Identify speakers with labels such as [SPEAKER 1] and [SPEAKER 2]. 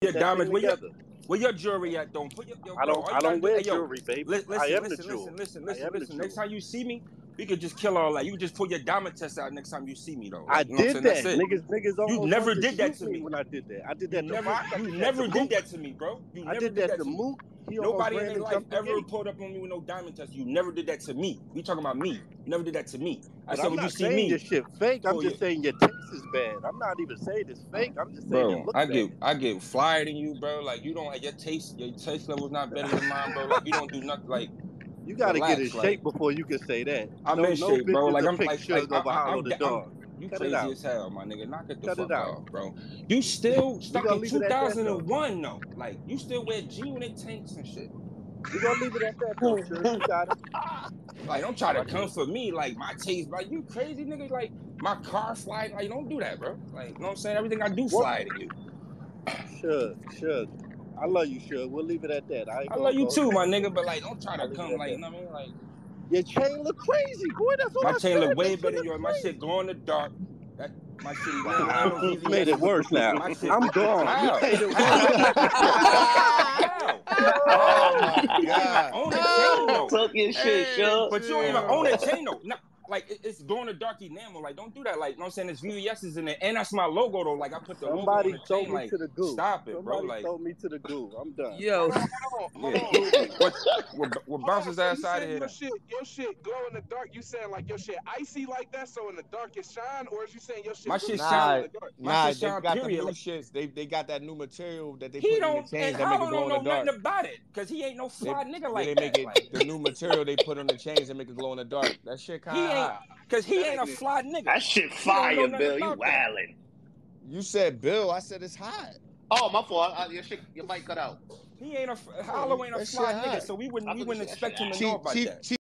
[SPEAKER 1] your
[SPEAKER 2] that
[SPEAKER 1] diamonds.
[SPEAKER 2] thing
[SPEAKER 1] Where your,
[SPEAKER 2] together.
[SPEAKER 1] where your jewelry at? Don't put your. yo,
[SPEAKER 2] I
[SPEAKER 1] bro,
[SPEAKER 2] don't.
[SPEAKER 1] all you
[SPEAKER 2] I
[SPEAKER 1] gotta
[SPEAKER 2] don't
[SPEAKER 1] do-
[SPEAKER 2] wear
[SPEAKER 1] hey, yo,
[SPEAKER 2] jewelry, baby.
[SPEAKER 1] Listen,
[SPEAKER 2] I
[SPEAKER 1] listen,
[SPEAKER 2] am the
[SPEAKER 1] listen,
[SPEAKER 2] jewel.
[SPEAKER 1] listen, listen,
[SPEAKER 2] I
[SPEAKER 1] listen,
[SPEAKER 2] am the
[SPEAKER 1] listen. Next
[SPEAKER 2] jewel.
[SPEAKER 1] time you see me, we could just kill all that. You could just pull your diamond test out next time you see me, though.
[SPEAKER 2] I
[SPEAKER 1] Like, you know what
[SPEAKER 2] did
[SPEAKER 1] I'm saying?
[SPEAKER 2] that,
[SPEAKER 1] That's it.
[SPEAKER 2] niggas. Niggas almost
[SPEAKER 1] never
[SPEAKER 2] wanted
[SPEAKER 1] did that
[SPEAKER 2] shoot
[SPEAKER 1] to me.
[SPEAKER 2] when I did that. I did
[SPEAKER 1] You
[SPEAKER 2] that to
[SPEAKER 1] never,
[SPEAKER 2] Rock. I
[SPEAKER 1] you
[SPEAKER 2] did that
[SPEAKER 1] never
[SPEAKER 2] to
[SPEAKER 1] did
[SPEAKER 2] Mook.
[SPEAKER 1] that to me, bro. You
[SPEAKER 2] I
[SPEAKER 1] never
[SPEAKER 2] did
[SPEAKER 1] did
[SPEAKER 2] that
[SPEAKER 1] that
[SPEAKER 2] to
[SPEAKER 1] to me.
[SPEAKER 2] Mook. He almost
[SPEAKER 1] Nobody in
[SPEAKER 2] ran
[SPEAKER 1] their
[SPEAKER 2] and
[SPEAKER 1] life
[SPEAKER 2] jumped the
[SPEAKER 1] ever
[SPEAKER 2] gate.
[SPEAKER 1] pulled up on me with no diamond test. You never did that to me. We talking about me. You never did that to me. I
[SPEAKER 2] But
[SPEAKER 1] said
[SPEAKER 2] I'm
[SPEAKER 1] when you
[SPEAKER 2] not
[SPEAKER 1] see
[SPEAKER 2] saying
[SPEAKER 1] me,
[SPEAKER 2] this shit fake. I'm
[SPEAKER 1] pull your
[SPEAKER 2] just saying your taste is bad. I'm not even saying it's fake. I'm just saying it
[SPEAKER 1] Bro,
[SPEAKER 2] looks
[SPEAKER 1] I
[SPEAKER 2] bad.
[SPEAKER 1] get I get flyer than you, bro. Like you don't your taste your taste level's not better than mine, bro. Like you don't do nothing. Like
[SPEAKER 2] You got to get in
[SPEAKER 1] relax, like
[SPEAKER 2] shape before you can say that.
[SPEAKER 1] I'm
[SPEAKER 2] No,
[SPEAKER 1] in
[SPEAKER 2] no
[SPEAKER 1] shape, bro.
[SPEAKER 2] bitches
[SPEAKER 1] Like
[SPEAKER 2] to
[SPEAKER 1] I'm
[SPEAKER 2] pick
[SPEAKER 1] like like
[SPEAKER 2] sugar
[SPEAKER 1] I, I
[SPEAKER 2] behind
[SPEAKER 1] I'm
[SPEAKER 2] the
[SPEAKER 1] da- I'm
[SPEAKER 2] dog.
[SPEAKER 1] you
[SPEAKER 2] Cut it
[SPEAKER 1] crazy
[SPEAKER 2] out.
[SPEAKER 1] as hell, my nigga. Knock it the
[SPEAKER 2] Cut it
[SPEAKER 1] fuck
[SPEAKER 2] out.
[SPEAKER 1] off, bro. You still
[SPEAKER 2] We
[SPEAKER 1] stuck
[SPEAKER 2] gonna
[SPEAKER 1] in
[SPEAKER 2] leave it at that though.
[SPEAKER 1] 2001 though. Like you still wear jean and tanks and shit.
[SPEAKER 2] We gonna leave it at that though,
[SPEAKER 1] Who
[SPEAKER 2] sure.
[SPEAKER 1] who
[SPEAKER 2] You got it.
[SPEAKER 1] like don't try to
[SPEAKER 2] Watch
[SPEAKER 1] come
[SPEAKER 2] this.
[SPEAKER 1] for me. Like my taste, like you crazy nigga. Like my car fly. Like don't do that, bro. Like you know what I'm saying. Everything I do
[SPEAKER 2] What?
[SPEAKER 1] fly to you.
[SPEAKER 2] Sure, sure. I love you, sure. We'll leave it at that. I ain't
[SPEAKER 1] I
[SPEAKER 2] gonna
[SPEAKER 1] love you
[SPEAKER 2] go
[SPEAKER 1] too, my
[SPEAKER 2] next.
[SPEAKER 1] nigga. But like don't try
[SPEAKER 2] I'll
[SPEAKER 1] to
[SPEAKER 2] leave it
[SPEAKER 1] come.
[SPEAKER 2] at
[SPEAKER 1] Like you
[SPEAKER 2] that.
[SPEAKER 1] know what I mean. Like.
[SPEAKER 2] Your chain look crazy, boy. That's
[SPEAKER 1] My
[SPEAKER 2] what I
[SPEAKER 1] chain look
[SPEAKER 2] said. That
[SPEAKER 1] way
[SPEAKER 2] shit
[SPEAKER 1] better than
[SPEAKER 2] look
[SPEAKER 1] yours. My shit
[SPEAKER 2] crazy.
[SPEAKER 1] glow in the dark. That my shit is no
[SPEAKER 2] Wow,
[SPEAKER 1] handles,
[SPEAKER 2] you made it
[SPEAKER 1] VVS.
[SPEAKER 2] worse now.
[SPEAKER 1] My shit.
[SPEAKER 2] I'm gone. You
[SPEAKER 1] How?
[SPEAKER 2] made it worse.
[SPEAKER 1] How? How? How?
[SPEAKER 2] Oh
[SPEAKER 1] How? You don't even own a chain
[SPEAKER 2] my god.
[SPEAKER 3] Oh,
[SPEAKER 1] though.
[SPEAKER 3] talk your shit,
[SPEAKER 4] Hey,
[SPEAKER 3] Shug.
[SPEAKER 1] But you don't even own
[SPEAKER 4] chill.
[SPEAKER 3] Oh,
[SPEAKER 1] a chain though. No, like it- it's glow in the dark enamel. Like don't do that. Like you know what I'm saying, it's VVS is in it, and that's my logo though. Like I put the logo on
[SPEAKER 2] Somebody
[SPEAKER 1] the
[SPEAKER 2] throw
[SPEAKER 1] chain.
[SPEAKER 2] me
[SPEAKER 1] Like
[SPEAKER 2] to the goo.
[SPEAKER 1] stop it, bro.
[SPEAKER 2] Somebody
[SPEAKER 1] Like
[SPEAKER 2] throw me to the goo. I'm done.
[SPEAKER 4] Yo,
[SPEAKER 5] Hold on, hold on, hold
[SPEAKER 4] yeah.
[SPEAKER 5] on.
[SPEAKER 2] Do me.
[SPEAKER 1] what? We're, we're
[SPEAKER 5] Hold on.
[SPEAKER 1] bouncing
[SPEAKER 5] So you
[SPEAKER 1] ass out of
[SPEAKER 5] said
[SPEAKER 1] here.
[SPEAKER 5] your
[SPEAKER 1] Then.
[SPEAKER 5] shit, your shit glow in the dark. You saying like your shit icy like that, so in the dark it shine, or is you saying your
[SPEAKER 1] My
[SPEAKER 5] shit really
[SPEAKER 1] shit
[SPEAKER 5] glow
[SPEAKER 1] shine.
[SPEAKER 5] in
[SPEAKER 4] Nah,
[SPEAKER 5] the dark?
[SPEAKER 1] My
[SPEAKER 4] nah,
[SPEAKER 1] shit
[SPEAKER 4] they
[SPEAKER 1] shine.
[SPEAKER 4] got them
[SPEAKER 1] Period.
[SPEAKER 4] new
[SPEAKER 1] Like
[SPEAKER 4] shits. They they got that new material that they
[SPEAKER 1] he
[SPEAKER 4] put in the
[SPEAKER 1] don't.
[SPEAKER 4] chains
[SPEAKER 1] And
[SPEAKER 4] that make it
[SPEAKER 1] Hollow
[SPEAKER 4] glow
[SPEAKER 1] don't
[SPEAKER 4] in the
[SPEAKER 1] know nothing
[SPEAKER 4] dark.
[SPEAKER 1] about it because he ain't no
[SPEAKER 4] They
[SPEAKER 1] fly nigga
[SPEAKER 4] yeah,
[SPEAKER 1] like
[SPEAKER 4] they
[SPEAKER 1] that.
[SPEAKER 4] make it
[SPEAKER 1] Like.
[SPEAKER 4] the new material they put on the chains and make it glow in the dark. That shit kind
[SPEAKER 1] He
[SPEAKER 4] of
[SPEAKER 1] ain't
[SPEAKER 4] hot.
[SPEAKER 1] cause he
[SPEAKER 5] That
[SPEAKER 1] ain't a
[SPEAKER 5] nigga,
[SPEAKER 1] fly nigga.
[SPEAKER 3] that shit
[SPEAKER 1] He don't know
[SPEAKER 3] fire,
[SPEAKER 1] nothing
[SPEAKER 3] Bill. You
[SPEAKER 1] about that.
[SPEAKER 3] wildin'.
[SPEAKER 4] You said Bill. I said it's hot.
[SPEAKER 3] Oh, my fault. I, your shit, your mic cut out.
[SPEAKER 1] He ain't a f-
[SPEAKER 4] Yeah,
[SPEAKER 1] Hollow ain't a
[SPEAKER 4] that shit
[SPEAKER 1] fly nigga,
[SPEAKER 4] hot.
[SPEAKER 1] so we wouldn't
[SPEAKER 3] I
[SPEAKER 1] we
[SPEAKER 3] thought you
[SPEAKER 1] wouldn't
[SPEAKER 3] said that shit
[SPEAKER 1] expect him
[SPEAKER 3] hot.
[SPEAKER 1] to know
[SPEAKER 4] Chief
[SPEAKER 1] about
[SPEAKER 4] Chief
[SPEAKER 1] that.
[SPEAKER 4] Chief